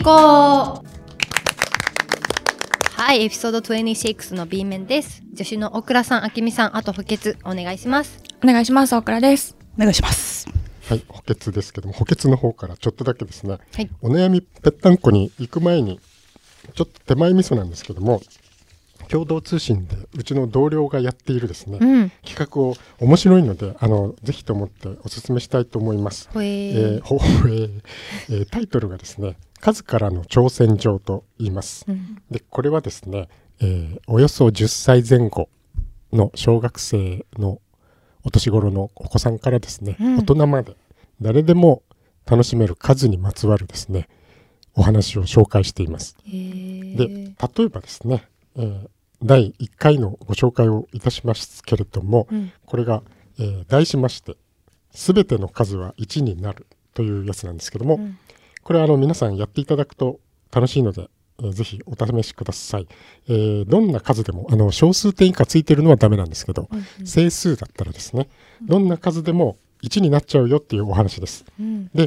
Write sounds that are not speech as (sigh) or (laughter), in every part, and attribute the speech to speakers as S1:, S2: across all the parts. S1: 高はいエピソード26の B 面です助手の大倉さん、あきみさん、あと補欠お願いします
S2: お願いします、大倉です。
S3: お願いします。
S4: はい、補欠ですけども、補欠の方からちょっとだけですね、
S1: はい
S4: お悩みぺったんこに行く前に、ちょっと手前味噌なんですけども、共同通信でうちの同僚がやっているですね、
S1: うん
S4: 企画を面白いので、あの、ぜひと思ってお勧めしたいと思います。
S1: ほえー
S4: えーほえーえータイトルがですね、数からの挑戦状と言います。で、これはですね、えーおよそ10歳前後の小学生のお年頃のお子さんからですね、
S1: うん
S4: 大人まで誰でも楽しめる数にまつわるですね、お話を紹介しています。
S1: えー
S4: で、例えばですね、えー第1回のご紹介をいたしますけれども、
S1: うん
S4: これが、えー題しまして、すべての数は1になるというやつなんですけども、
S1: うん
S4: これはあの皆さんやっていただくと楽しいので、えーぜひお試しください。えーどんな数でも、あの、小数点以下ついてるのはダメなんですけど、整数だったらですね、どんな数でも1になっちゃうよっていうお話です。
S1: うん
S4: で、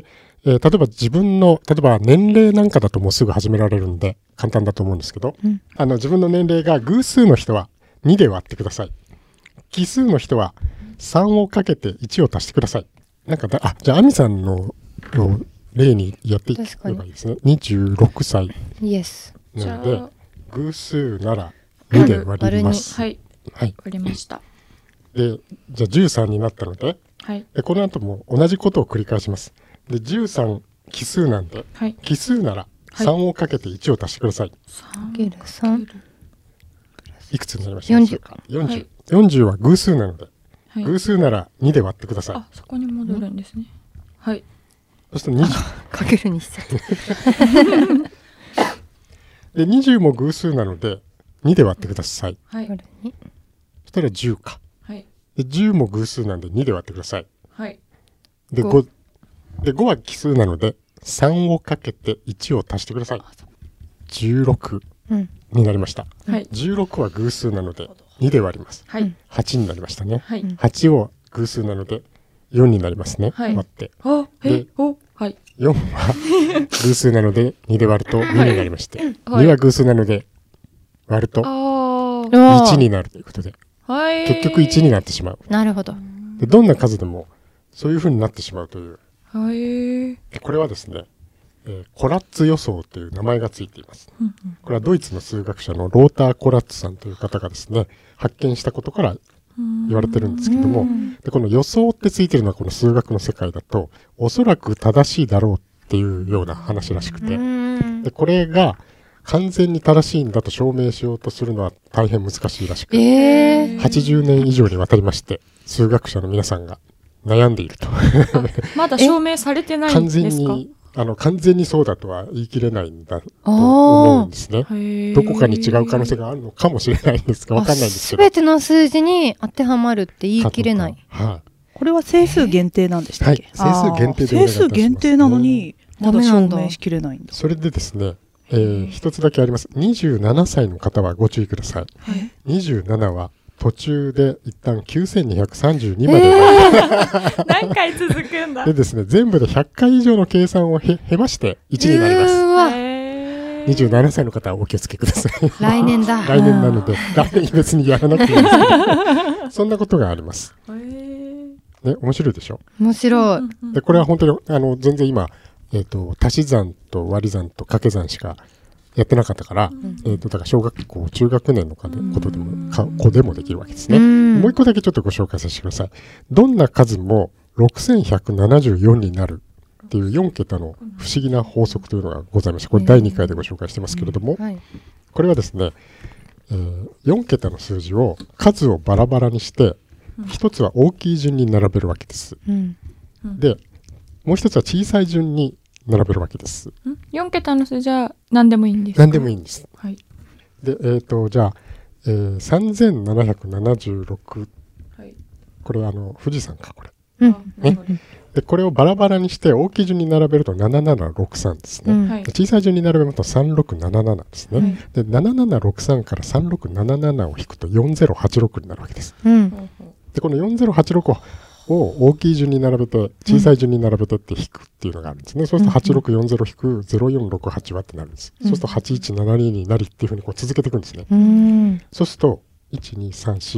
S4: えー例えば自分の、例えば年齢なんかだともうすぐ始められるんで、簡単だと思うんですけど、
S1: うん
S4: あの、自分の年齢が偶数の人は2で割ってください。奇数の人は3をかけて1を足してください。なんかだ、あ、じゃあ、アミさんのを例にやっていけ
S1: 確かに
S4: ばいいですね。26歳
S1: イエス
S4: なの
S2: じゃ
S4: で
S2: あ、
S4: 偶数なら2で割ります。
S2: はい、わ
S4: はい。
S2: かりました。
S4: で、じゃあ13になったので、
S2: はい、
S4: でこの後も同じことを繰り返します。で、13奇数なんで、
S2: はい。
S4: 奇数なら3をかけて1を足してください。
S2: 三
S1: ゲルさん
S4: い、くつになりましたでしょうか ?40。
S2: はい
S4: 40は偶数なので、
S2: はい。
S4: 偶数なら2で割ってください
S2: あ、。そこに戻るんですね。はい。
S4: そして20。
S1: かけるにしちゃった
S4: で、20も偶数なので、2で割ってください。
S2: はい。
S1: これに
S4: そしたら10か。
S2: はい。
S4: で、10も偶数なんで2で割ってください。
S2: はい。
S4: で、
S1: 五
S4: 5。で、5は奇数なので、3をかけて1を足してください。16
S1: うん
S4: になりました。
S2: はい。
S4: 16は偶数なので、2で割ります。
S2: はい。
S4: 8になりましたね。
S2: はい。
S4: 8は偶数なので、4になりますね。
S2: はい
S4: 割って。
S2: あ、え
S4: で、
S2: お、はい。
S4: 4は偶数なので2で割ると2になりまして、
S2: はい
S4: 2は偶数なので割ると
S2: あー
S4: 1になるということで、
S2: はい。
S4: 結局1になってしまう。
S1: なるほど
S4: でどんな数でもそういう風になってしまうという。 (laughs)
S2: はい。
S4: でこれはですね、えーコラッツ予想という名前がついています。これはドイツの数学者のローター・コラッツさんという方がですね、発見したことから言われてるんですけども、でこの予想ってついてるのはこの数学の世界だと、おそらく正しいだろうっていうような話らしくて、
S1: うん
S4: でこれが完全に正しいんだと証明しようとするのは大変難しいらしく、
S1: えー
S4: 80年以上にわたりまして、数学者の皆さんが悩んでいると。
S2: まだ証明されてないん
S4: 完
S2: で
S4: 全
S2: すか
S4: に、あの、完全にそうだとは言い切れないんだと
S1: おー
S4: 思うんですね。
S2: へー
S4: どこかに違う可能性があるのかもしれないんですが、わかんないんですけど。
S1: べての数字に当てはまるって言い切れない。
S4: は
S3: これは整数限定なんでし
S4: い。
S3: た
S4: は
S3: っけ
S4: い。、整数限定でお願
S3: 整
S4: いいたします
S3: 数限定なの。に、まだ証明しきれないんだ。
S4: それでですね、えー一つだけあります。27歳の方はご注意ください。27は途中で一旦9232まで上がる、
S2: 何回続くんだ
S4: (laughs) でですね、全部で100回以上の計算をへ、へまして1になります。
S1: うわ、
S2: へー
S4: 27歳の方はお気をつけください。
S1: 来年だ。
S4: 来年なので、来年別にやらなくていいんですけどそんなことがあります。
S2: へー
S4: ね、面白いでしょ
S1: 面白い。
S4: で、これは本当に、あの、全然今、えっ、と、足し算と割り算と掛け算しかやってなかったから、えっ、と、だから小学校、中学年のかでことでも、か子でもできるわけですね。
S1: うん
S4: もう一個だけちょっとご紹介させてください。どんな数も6174になるっていう4桁の不思議な法則というのがございました。これ第2回でご紹介してますけれども、
S1: はい。
S4: これはですね、えー4桁の数字を数をバラバラにして、一つは大きい順に並べるわけです。
S1: うん。
S4: で、もう一つは小さい順に並べるわけです。
S2: ん四桁の数じゃ何でもいいんですか
S4: 何でもいいんです。
S2: はい。
S4: で、えっ、と、じゃあ、えー、3776、
S2: はい。
S4: これあの、富士山か、こ
S1: う
S4: れ。
S1: ん。
S2: なるほど
S4: で、これをバラバラにして、大きい順に並べると7763ですね。
S1: うん
S2: はい
S4: で小さい順に並べますと3677ですね。
S2: はい
S4: で、7763から3677を引くと4086になるわけです。
S1: うん。
S4: でこの4086をを大きい順に並べて小さい順に並べてって引くっていうのがあるんですね、そうすると8640-0468はってなるんです、そうすると8172になりっていうふうにこう続けていくんですね、
S1: うん。
S4: そうすると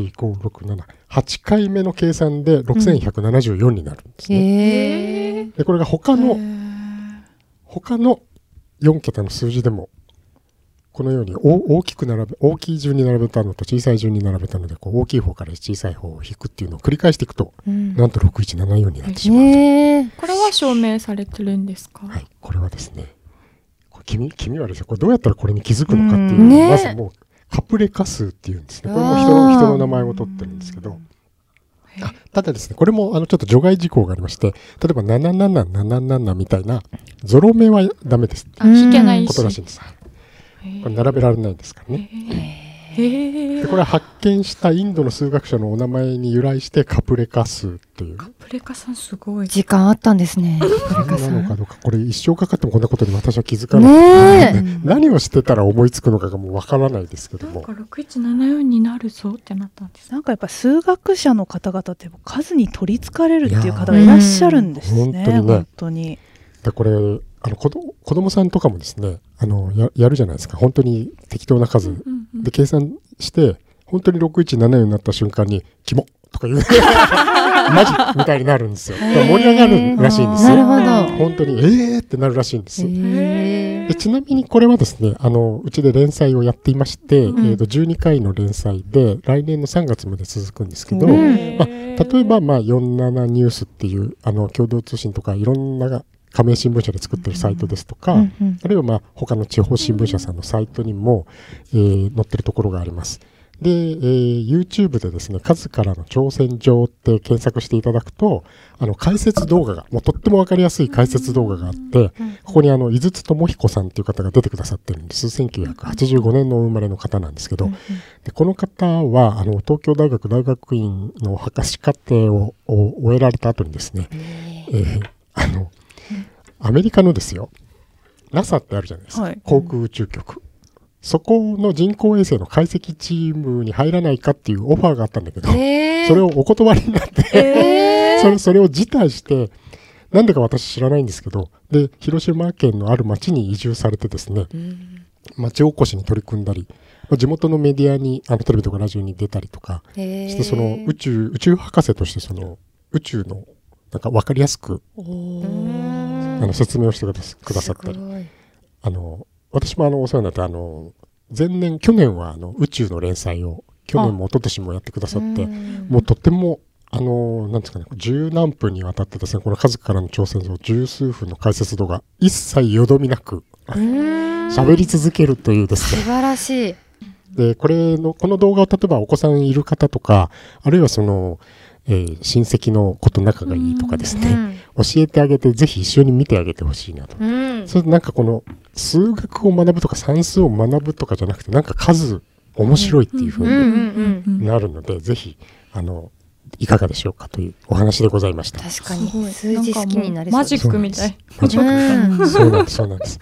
S4: 1234567回目の計算で6174になるんですね、
S1: へえ。
S4: でこれが他の、他の4桁の数字でもこのようにお大きく並べ大きい順に並べたのと小さい順に並べたのでこう大きい方から小さい方を引くっていうのを繰り返していくと、
S1: うん
S4: なんと6174になってしまう、
S1: へえ。
S2: これは証明されてるんですか、
S4: はい、これはですねこれ君君はですねこれどうやったらこれに気づくのかっていう、
S1: うんね
S4: まずもうカプレカ数っていうんですねこれも人
S1: うわ
S4: の
S1: ー
S4: 人の名前を取ってるんですけどあただですねこれもあのちょっと除外事項がありまして例えば7777みたいなゾロ目はダメですって
S2: あ引けないし
S4: ことらしいんです、これ並べられないんですからねで
S2: へえ
S4: これは発見したインドの数学者のお名前に由来してカプレカ数という
S2: プレカさんすごい
S1: 時間あったんですね。
S4: これなのかどうかこれ一生かかってもこんなことに私は気づかない、
S1: ねえ。
S4: (laughs) 何をしてたら思いつくのかがもうわからないですけど
S2: なん
S4: も
S2: か6174になるぞってなったんです
S3: なんかやっぱ数学者の方々って数に取りつかれるっていう方がいらっしゃるんですね。
S4: いやーうん
S3: 本当にね。
S4: でこれあの子ど子供さんとかもですねあのややるじゃないですか本当に適当な数
S2: うんうん
S4: で計算して本当に6174になった瞬間に「キモ!」とか
S2: (laughs)
S4: 言うマジみたいになるんですよだから盛り上がるらしいんです
S1: なる
S4: よ
S1: ほど。
S4: 本当に「えー!」ってなるらしいんです
S1: へえ
S4: でちなみにこれはですねあのうちで連載をやっていまして、
S2: ん
S4: えー、と12回の連載で来年の3月まで続くんですけど、
S1: うん
S4: まあ、例えば、まあ、47ニュースっていうあの共同通信とかいろんな加盟新聞社で作ってるサイトですとか、
S1: うんうん
S4: あるいは、まあ、他の地方新聞社さんのサイトにも、えー載ってるところがあります。で、えー YouTube でですね、カズからの挑戦状って検索していただくと、あの、解説動画が、もうとってもわかりやすい解説動画があって、ここにあの、井筒智彦さんっていう方が出てくださってるんです。1985年のお生まれの方なんですけど、でこの方は、あの、東京大学大学院の博士課程をを終えられた後にですね、えーあの、アメリカのですよ、NASA ってあるじゃないですか、
S3: はい
S4: 航空宇宙局。そこの人工衛星の解析チームに入らないかっていうオファーがあったんだけど、
S1: へえ。
S4: それをお断りになって、
S1: え
S4: それそれを辞退して、なんでか私知らないんですけど、で、広島県のある町に移住されてですね、町おこしに取り組んだり、まあ地元のメディアに、あのテレビとかラジオに出たりとか、
S1: え
S4: してその宇宙、宇宙博士としてその宇宙の、なんか分かりやすく、あの説明をしてくださくださったり、あの、私もあの、お世話になって、あの、前年、去年はあの、宇宙の連載を、去年も一昨年もやってくださって、もうとっても、あの、なんですかね、十何分にわたってですね、この数からの挑戦状、十数分の解説動画、一切よどみなく、喋り続けるというです
S1: (laughs)
S4: ね
S1: 素、晴らしい。
S4: で、これの、この動画を例えばお子さんいる方とか、あるいはその、えー親戚の子と仲がいいとかですね、教えてあげて、ぜひ一緒に見てあげてほしいなと。
S1: うん。
S4: それでなんかこの、数学を学ぶとか算数を学ぶとかじゃなくて、なんか数、面白いっていうふ
S1: うんう
S4: うに
S1: んうん。
S4: なるので、ぜひ、あの、いかがでしょうかというお話でございました。
S1: 確かに数字好きになれ
S2: マ
S1: そ
S2: ジ
S1: う。
S2: ックみたい
S4: マジックそうなんです、そうなんです。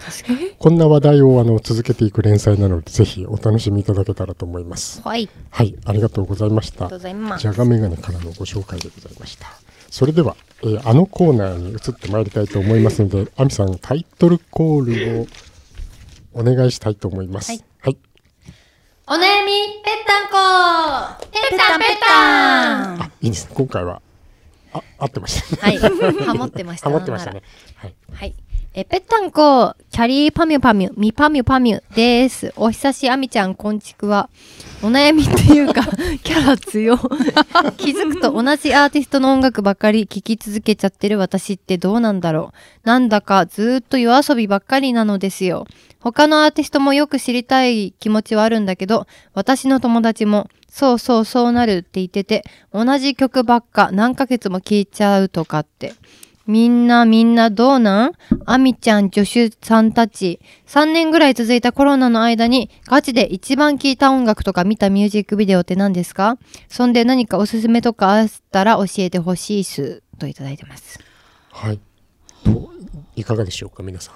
S4: こんな話題をあの続けていく連載なので、ぜひお楽しみいただけたらと思います。
S1: はい。あり
S4: はい、ありがとうございまし
S1: が
S4: た
S1: とうご。ざいます。
S4: じゃがメガネからのご紹介でございました。それでは、えーあのコーナーに移ってまいりたいと思いますので、アミさんタイトルコールをお願いしたいと思います。
S1: はい
S4: はい。
S1: お悩みぺったんこぺったんぺったん
S4: あ、いいですね。今回は、あ、合ってましたね。
S1: はい。
S4: (laughs)
S1: ハモってました。
S4: ハモってましたね。はい。
S1: はい。え、ぺったんこ、キャリーパミュパミュ、ミパミュパミュです。お久しあみちゃん、こんちくわ。お悩みっていうか、 (laughs) キャラ強。 (laughs) 気づくと同じアーティストの音楽ばっかり聴き続けちゃってる私ってどうなんだろう。なんだかずーっと夜遊びばっかりなのですよ。他のアーティストもよく知りたい気持ちはあるんだけど、私の友達も、そうそうそうなるって言ってて、同じ曲ばっか何ヶ月も聴いちゃうとかって。みんなみんなどうなんあみちゃん、助手さんたち。3年ぐらい続いたコロナの間にガチで一番聴いた音楽とか見たミュージックビデオって何ですかそんで何かおすすめとかあったら教えてほしいっす。といただいてます。
S4: はい。どういかがでしょうか、皆さん。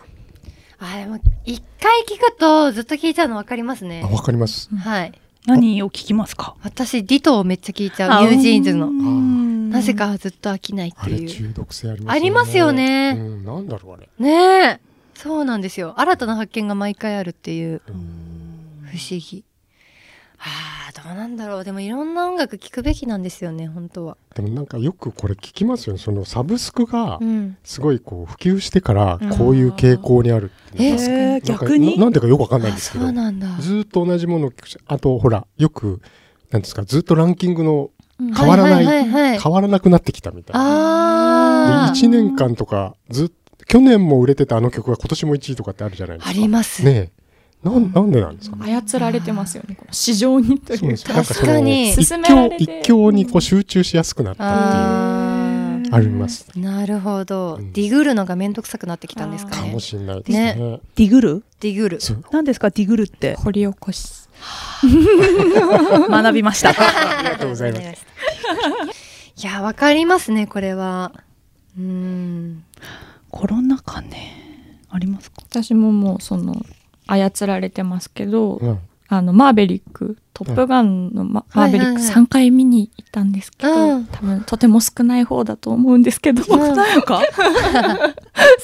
S1: あ、でも、一回聞くとずっと聴いちゃうのわかりますね
S4: あ、。わかります。
S1: はい。
S3: 何を聞きますか
S1: 私、ディトをめっちゃ聴いちゃ
S3: あ
S1: う。ニュージーンズの。
S3: うん
S1: なぜかずっと飽きないっ
S4: あ
S1: て
S4: れ
S1: いう。
S4: 中毒性ありますよね。
S1: ありますよね
S4: うん、なんだろうあれ。
S1: ねえ。そうなんですよ。新たな発見が毎回あるっていう
S4: うん
S1: 不思議。ああ、どうなんだろう。でもいろんな音楽聴くべきなんですよね、本当は。
S4: でもなんかよくこれ聞きますよね。そのサブスクが
S1: うん。
S4: すごいこう普及してからこういう傾向にあるっていう
S1: え
S4: か
S3: えー
S4: なんか
S3: 逆に
S4: ななんでかよくわかんないん
S1: あ、
S4: です
S1: そ
S4: けど
S1: う、なんだ。
S4: ずーっと同じものを聞くし、あとほらよくなんですかずっとランキングの
S2: うん
S4: 変わらない
S1: はいはいはいはい、
S4: 変わらなくなってきたみたいな。で
S1: ああ。
S4: 1年間とかずっ去年も売れてたあの曲が今年も1位とかってあるじゃないです
S1: あ
S4: か。
S1: ります。
S4: ねえなんなんでなんですかね。
S2: 操られてますよねこの市場にと
S4: そう
S2: い
S4: で
S2: う
S4: す
S2: か
S4: なんかそ
S1: 確か
S4: の
S1: に
S4: 一
S2: 勧めら
S4: 強
S2: れて
S4: 一強にこう集中しやすくなったっ
S1: あ
S4: てい
S1: ー
S4: うあります。
S1: なるほど、
S4: うん
S1: ディグるのが面倒くさくなってきたんですか
S4: か
S1: ね
S4: もしれないですね。
S3: ディグル
S1: ディグる
S4: そう
S3: 何ですかディグルって
S2: 掘り起こし
S3: 学びまし
S1: (laughs)
S3: た
S1: あり
S4: がとうございます
S1: (laughs) いやわかりますねこれはうーん
S3: コロナ禍ねあります
S2: (laughs)
S3: か
S2: 私ももうその操られてますけど、
S4: うん
S2: あのマーベリック「トップガン」のマ,、
S1: はい
S2: マーベリ
S1: は
S2: ッ
S1: い
S2: ク
S1: はい
S2: 3回見に行ったんですけど、
S1: うん
S2: 多分とても少ない方だと思うんですけ (laughs) ど、
S1: うん
S2: ないのか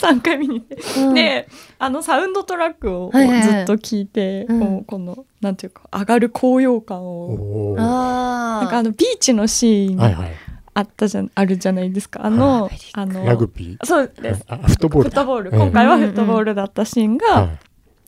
S2: 3回見に行って、
S1: うん
S2: であのサウンドトラックをず
S1: はいはいはい
S2: っと聞いて、
S1: うん
S2: もうこのなんていうか上がる高揚感を。
S4: おー
S1: あ
S2: なんかあのビーチのシーン
S4: はいはい。
S2: あったじゃん、あるじゃないですかあの,、
S1: はい
S2: あの
S4: ラグビー。
S2: そうです
S4: あフットボー
S2: フ
S4: ル
S2: ット
S4: だ。
S2: ボール
S4: うん
S2: 今回はフットボールだったシーンが、
S4: はい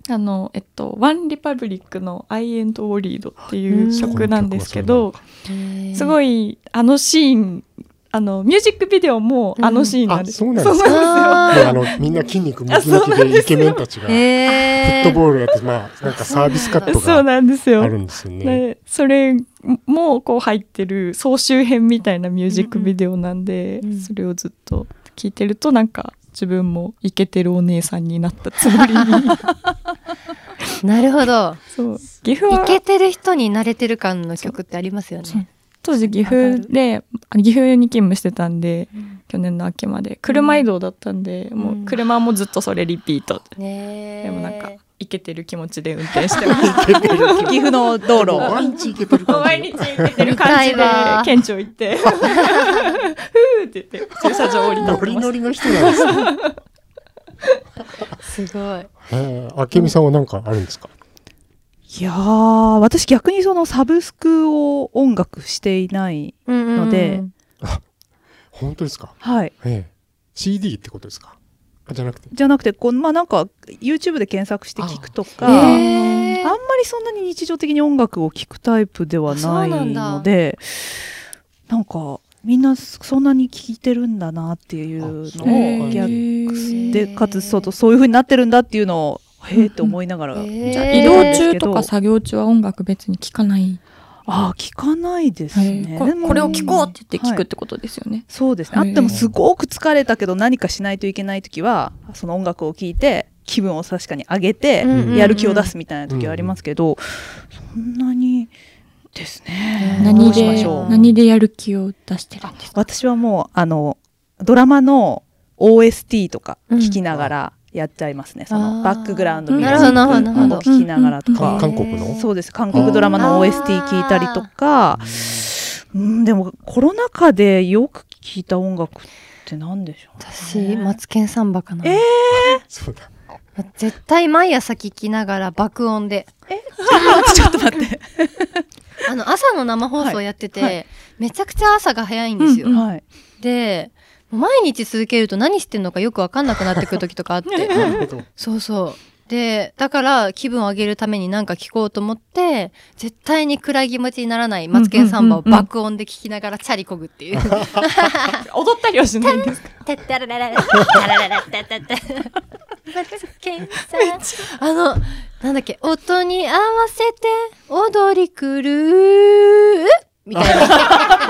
S2: あの、えっと、ワンリパブリックの I and Worried っていう曲なんですけ
S4: うん
S2: ど、す
S1: い
S2: ごい、あのシーン、あの、ミュージックビデオもあのシーンなん
S4: あ、
S2: です。
S4: そうなんです
S2: そう
S4: か。
S1: あ
S4: もうあのみんな筋肉ムキムキでイケメンたちが
S1: ー
S4: フッ
S1: へ
S4: ト
S1: ー
S4: ボールやってまあなんかサービスカット
S2: そう
S4: が
S2: なんですよ。
S4: あるんですよね。
S2: でそれもこう入ってる総集編みたいなミュージックビデオなんで、
S1: うんうん
S2: それをずっと聞いてるとなんか自分もイケてるお姉さんになったつも
S4: (laughs)
S2: りに
S1: なるほど
S2: そう岐阜
S1: イ
S2: は
S1: ケてる人に慣れてる感の曲ってありますよね
S2: 当時岐阜であ岐阜に勤務してたんで、去年の秋まで車移動だったんで、もう車もずっとそれリピート、
S1: ねえ
S2: でもなんかイケてる気持ちで運転してます
S3: 岐阜の道 (laughs) 路
S4: 毎日いけてる感
S2: (laughs) 毎
S4: じ。
S2: 日イケ (laughs) て
S1: 見
S2: る感じで
S1: たいわ
S2: 県庁行ってふーって言って駐車場降り立っ
S4: ノ
S2: て
S4: リ
S2: ま
S4: ノ
S2: す
S4: リの人なんですね。
S1: すごい
S4: えーあけみさんはなんかあるんですか。
S3: いやー私逆にそのサブスクを音楽していない
S1: の
S3: ので
S4: 本当ですか。
S3: はい
S4: ええ CD ってことですか。あじゃなくて。
S3: じゃなくてこうまあなんか YouTube で検索して聞くとか
S4: あ
S3: あ,、
S1: えー
S3: んまりそんなに日常的に音楽を聞くタイプでは
S1: あそ
S3: な
S1: う
S3: い
S1: なんだ
S3: のでなんかみんなそんなに聞いてるんだなっていう
S4: あそう
S3: のを
S4: へ
S3: 逆
S1: ー
S3: でかつそうとそういう風になってるんだっていうのをへえって思いながら、
S1: えー
S2: じゃあ移動中とか作業中は音楽別に聴かない、
S3: ああ聞かないですね、
S2: こ
S3: でも
S2: これを聴こうって言って聴
S3: は
S2: く
S3: い
S2: ってことですよね、
S3: そうですね。あ
S2: はい
S3: ってもすごく疲れたけど何かしないといけない時はその音楽を聴いて気分を確かに上げて
S1: うん
S4: うん
S3: やる気を出すみたいな時はありますけど、そんなにですね。
S1: 何で
S3: どうしましょう
S2: 何でやる気を出してるんですか
S3: 私はもうあのドラマの OST とか聞きながらやっちゃいますね。そ
S1: あー
S3: のバックグラウンド
S1: うん
S3: ミュージ
S1: なるほどなるほ
S3: ック
S1: ど
S3: を聞きながらと
S4: か
S3: か。
S4: 韓国の
S1: えー
S3: そうです韓国ドラマの
S1: あー
S3: OST 聞いたりとかうんでもコロナ禍でよく聞いた音楽って何でしょう
S1: 私マツケンサンバかな、
S3: え
S4: そうだ。
S1: 絶対毎朝聞きながら爆音で
S3: ちょっと待って。
S1: あの朝の生放送やってて、
S3: はいは
S1: めちゃくちゃ朝が早いんですよ、
S2: うん
S3: (laughs) はい。
S1: で毎日続けると何してんのかよく分かんなくなってくる時とかあって
S4: なるほど。
S1: そうそうでだから気分を上げるために何か聞こうと思って絶対に暗い気持ちにならないマツケンサンバを爆音で聞きながらチャリこぐっていう「
S2: 踊ったりはしないんですか
S1: てったららららたらららたたた」マツケンサンバ (laughs) あの、なんだっけ、音に合わせて踊りくるーみたいな。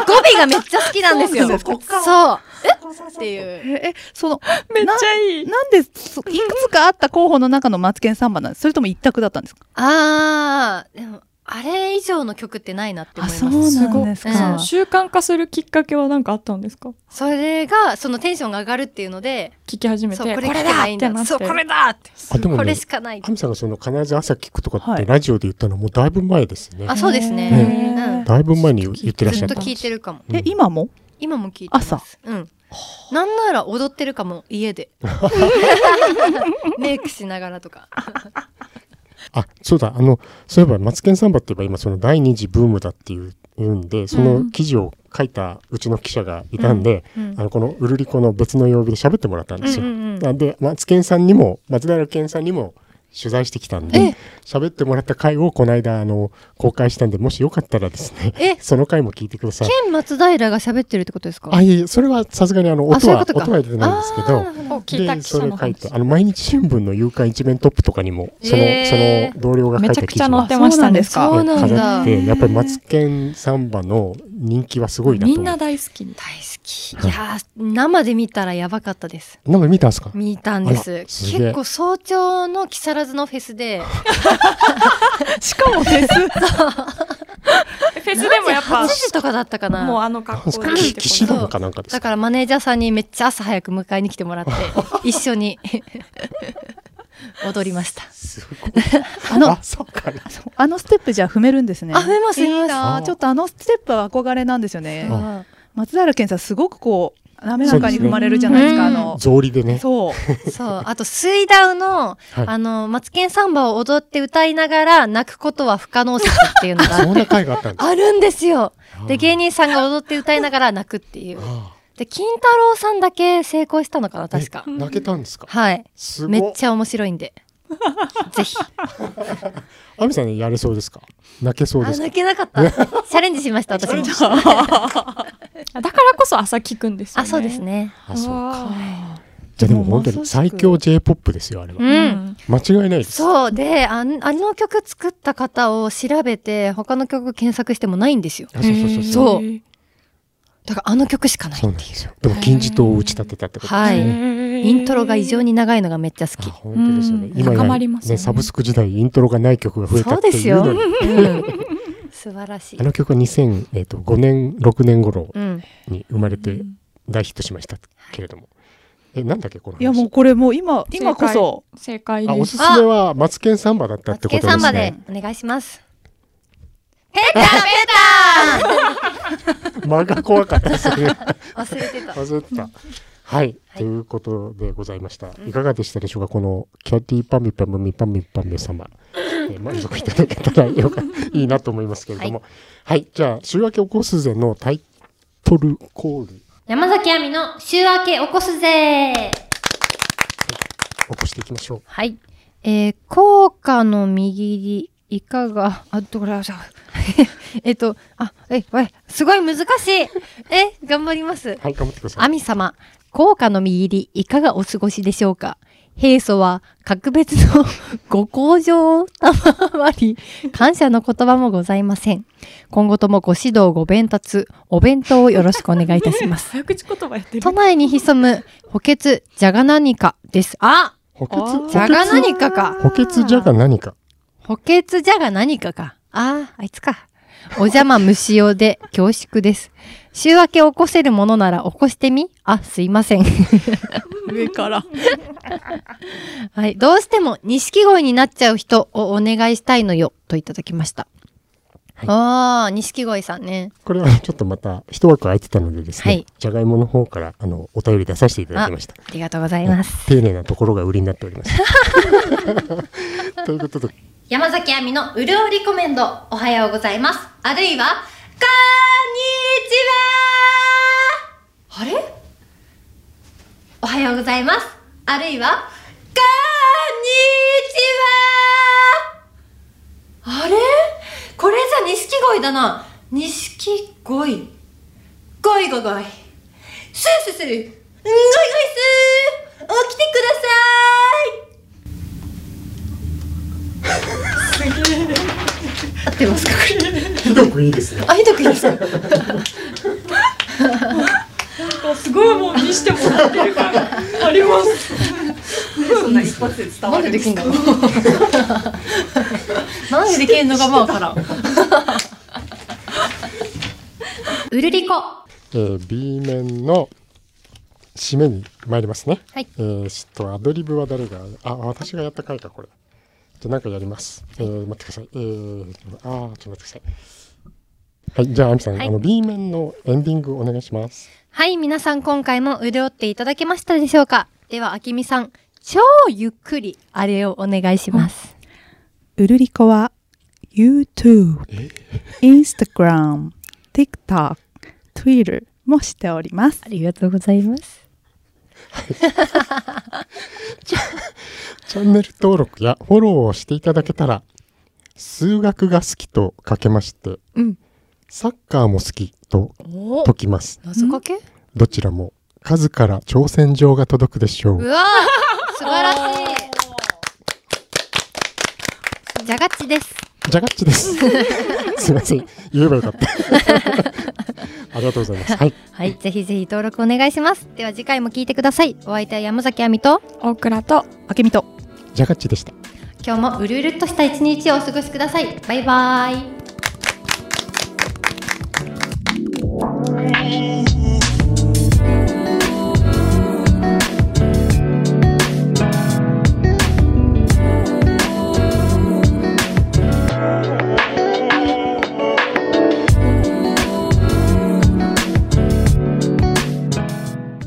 S1: 語尾がめっちゃ好きなんですよ。
S3: そうなんです
S1: そう。えっていう。
S3: え、えその、
S2: めっちゃいい
S3: なんで、そいくつかあった候補の中のマツケンサンバなんですそれとも一択だったんですか
S1: あー、でも、あれ以上の曲ってないなって思います。そ
S2: なんです
S1: か
S3: す
S2: 習慣化するきっかけは何かあったんですか
S1: れが、そのテンションが上がるっていうので、
S2: 聞き始めて
S1: そう、これ
S2: これ
S1: 聞けば
S2: だ
S1: いい
S2: っ
S1: ん
S2: て
S1: だ
S2: なって
S1: そう、これだって。
S4: あでもね
S1: これしかない。
S4: 神さんがその必ず朝聞くとかっ
S3: は
S4: て
S3: い
S4: ラジオで言ったのもうだいぶ前ですね。
S1: あ、そうですね。
S4: ね
S1: うん
S4: だいぶ前に言ってらっし
S1: ず
S4: ゃ
S1: っと
S4: った。
S1: 聴いてるかも。
S3: ごいえ、今も
S1: 今も聞いてます
S3: 朝
S1: うんなんなら踊ってるかも家でメイクしながらとか
S4: あ、そうだ、あの、そういえば、マツケンサンバって言えば今、その第二次ブームだっていう、言うんで、その記事を書いたうちの記者がいたんで、
S1: うん
S4: あの、このウルリコの別の曜日で喋ってもらったんですよ。
S1: うんうんうん
S4: なんで、マツケンさんにも、松平健さんにも取材してきたんで
S1: え、
S4: 喋ってもらった回をこの間、あの、公開したんで、もしよかったらですね
S1: え、
S4: その回も聞いてください。
S1: 県松平が喋ってるってことですか
S4: あ、いえいえ、それはさすがにあの、
S1: あ
S4: 音
S1: そういう
S4: は
S1: こ、とか
S4: 音は出てないんですけど、
S2: を聞いた
S4: で
S2: 記
S4: そ
S2: 者
S4: れ
S2: の
S4: を書いて
S2: 話
S4: あの毎日新聞の夕刊一面トップとかにもその,、
S1: えー
S4: その同僚が書い
S2: めち
S4: た
S2: ゃく
S4: 記
S2: ち
S4: 事
S2: ゃ載
S4: が
S2: ってましたね。
S1: そうなんだ
S4: え
S1: そう
S4: 飾
S1: な
S4: っ
S1: んだ
S4: てやっぱり「マツケンサンバ」の人気はすごいなと
S2: みん
S4: 思
S2: な
S4: う
S2: 大好きで。
S1: 大好きいやー生で見たらやばかったです
S4: なんか見たんすか
S1: 見たんです
S4: あらすげえ
S1: 結構早朝の木更津のフェスで
S2: しかもフェス。フェスでもやっ
S1: 8
S2: ぱ、
S1: 時とかだったかな
S2: もうあ
S4: な
S2: の
S4: ん
S2: 格
S4: です
S2: 好
S4: か
S2: で
S1: そう
S2: いい
S4: き
S2: って
S4: 騎
S2: こ
S4: 士
S2: と
S4: 団かなんかです
S1: だ
S4: か
S1: からマネージャーさんにめっちゃ朝早く迎えに来ても
S4: (laughs)
S1: らって一緒に (laughs) 踊りました
S4: すごい
S3: あの
S4: あそうかな
S3: そうあのステップじゃあ踏めるんですね。
S1: あ踏めます
S3: い
S1: 踏めます
S3: いなあちょっとあのステップは憧れなんですよね
S4: う。ん
S1: あ
S3: 松平健さんすごくこう滑らかに踏まれるじゃないですか。あの
S1: そ
S4: 草履でね
S3: そう
S1: そうあと水ダウの
S4: はい
S1: あのマツケンサンバを踊って歌いながら泣くことは不可能説っていうのが
S4: そんな回があったんです
S1: あるんですよで芸
S4: 人
S1: 人さんが踊って歌いながら泣くっていうで金太郎さんだけ成功したのかな確か
S4: 泣けたんですか
S1: はい
S4: すご
S1: め
S4: い
S1: っちゃ面白いんでぜひ
S4: 亜美さんねやれそうですか泣けそう
S1: あ
S4: ですか
S1: 泣けなかった
S4: (laughs)
S1: チャレンジしました私も
S2: だからこそ朝聞くんですよね。
S1: あそうです。ね
S4: あそう
S2: あ
S4: じゃあでも本当に最強 J-POP ですよあれ
S1: う
S4: は
S1: ん、
S2: うん。
S4: 間違いないです
S1: そうであんあの曲作った方を調べて他の曲検索してもないんですよ
S4: あそうそうそうそう
S1: そうだからあの曲しかない
S4: そうなんですよ。でも金字塔を打ち立てたってことです
S1: はい
S4: ね。
S1: イントロが異常
S2: に。
S1: に長いのがめっちゃ好
S4: あ
S1: き
S4: 本当ですよね。
S2: うん
S4: 今
S2: 高ま
S4: や
S2: りますよね
S4: ねサブスク時代イントロがない曲が増えた
S1: そう
S4: って
S1: で
S4: い
S1: す
S4: う
S1: よ、
S4: の
S1: う
S4: に、
S1: ん、素晴らしい
S4: あの曲は2005年6年頃
S1: うん
S4: に生まれて大ヒットしましたけれども、えなんだっけこの話
S3: いやもうこれもう今今こそ
S2: 正解
S4: あ
S2: で
S4: お
S2: す
S4: す。すめはマツケンサンバだった
S1: マ
S4: っ
S1: ツ
S4: てこ
S1: ケン
S4: と
S1: サ
S4: で
S1: ンバ
S4: す
S1: で
S4: ね。
S1: お願いしますペタペ
S4: 間が怖かったですね。
S1: タ忘れてた
S4: 忘れてた。はい、ということでございました。いかがでしたでしょうか、このキャティパミパムミパミパミ様。えー満足いただけたらよかいいなと思いますけれども。はい、じゃあ、週明け起こすぜのタイトルコール、
S1: 山崎亜美の週明け起こすぜ
S4: 起こしていきましょう。
S1: はい。えー、効果の右利き、いかが、 (laughs) あ、どこだ、じゃあえっと、あ、え、わい、すごい難しい。 (laughs) え、頑張ります。
S4: はい、頑張ってくださ
S1: ア
S4: い。
S1: ミ様、効果の右利き、いかがお過ごしでしょうか平素は格別の (laughs) ご向上を賜り、感謝の言葉もございません。今後ともご指導、ご鞭達、お弁当をよろしくお願いいたします。 (laughs)
S2: 早口言葉やってる
S1: 都。内に潜む補欠じゃが何かです。あ
S4: 補欠、
S2: あー
S1: じゃが何かか。
S4: 補欠じゃが何か。
S1: 補欠じゃが何かか。ああ、あいつか。お邪魔虫用で恐縮です。週明け起こせるものなら起こしてみあ、すいま (laughs) せん。
S2: 上から。
S1: はい。どうしても錦鯉になっちゃう人をお願いしたいのよ、といただきました。
S4: はい
S1: ああ、錦鯉さんね。
S4: これはちょっとまた一枠空いてたのでですね、
S1: はい
S4: じゃがいもの方からあのお便り出させていただ
S1: あ
S4: きました。
S1: ありがとうございます。
S4: 丁寧なところが売りになっております。ということで、
S1: 山崎亜美のうるおリコメンド、おはようございます。あるいは、こんにちはあれおはようございます。あるいは、こんにちはあれこれじゃ錦鯉だな。錦鯉。ゴイゴゴイ。スースースー。ゴイゴイスー。起きてください。合ってますかこれ。
S4: ひどくいいですね。
S1: あ、ひどくいいですか
S2: すごいもう見してもらってるから。あります。
S5: そんな一発で伝
S1: な
S5: わ
S1: ん
S5: るんで
S1: でです
S5: か
S1: きんだろう。なんでできんのかまわからん。うるりこ。は
S4: えー B 面の締めに参りますね。
S1: い。
S4: えーちょっとアドリブは誰が、あ、私がやった回か、これ。じゃあなんかやります。えー待ってください。えー、あー、ちょっと待ってください。はい、じゃあ、アミさん、
S1: はい
S4: あの、B 面のエンディングお願いします。
S1: はい、皆さん今回も潤っていただけましたでしょうかでは、あきみさん、超ゆっくり、あれをお願いします。
S3: ウルリコは YouTube、Instagram、TikTok、Twitter もしております。
S1: りがとうございます。
S4: チャンネル登録やフォローをしていただけたら、数学が好きとかけまして、
S1: うん
S4: サッカーも好きと
S1: お
S4: 解きます。
S1: 謎かけ
S4: どちらも数から挑戦状が届くでしょ
S1: う (laughs)
S4: う。
S1: わー素晴らしいじゃがっちです。
S4: じゃがっちです。すいません。言えばよかった。 (laughs) ありがとうございます。はい。
S1: はい、ぜひぜひ登録お願いします。では次回も聞いてください。お相手は山崎亜美と、
S2: 大倉と
S3: あけみと
S4: じゃがっちでした。
S1: 今日もうるうるっとした一日をお過ごしください。バイバーイ。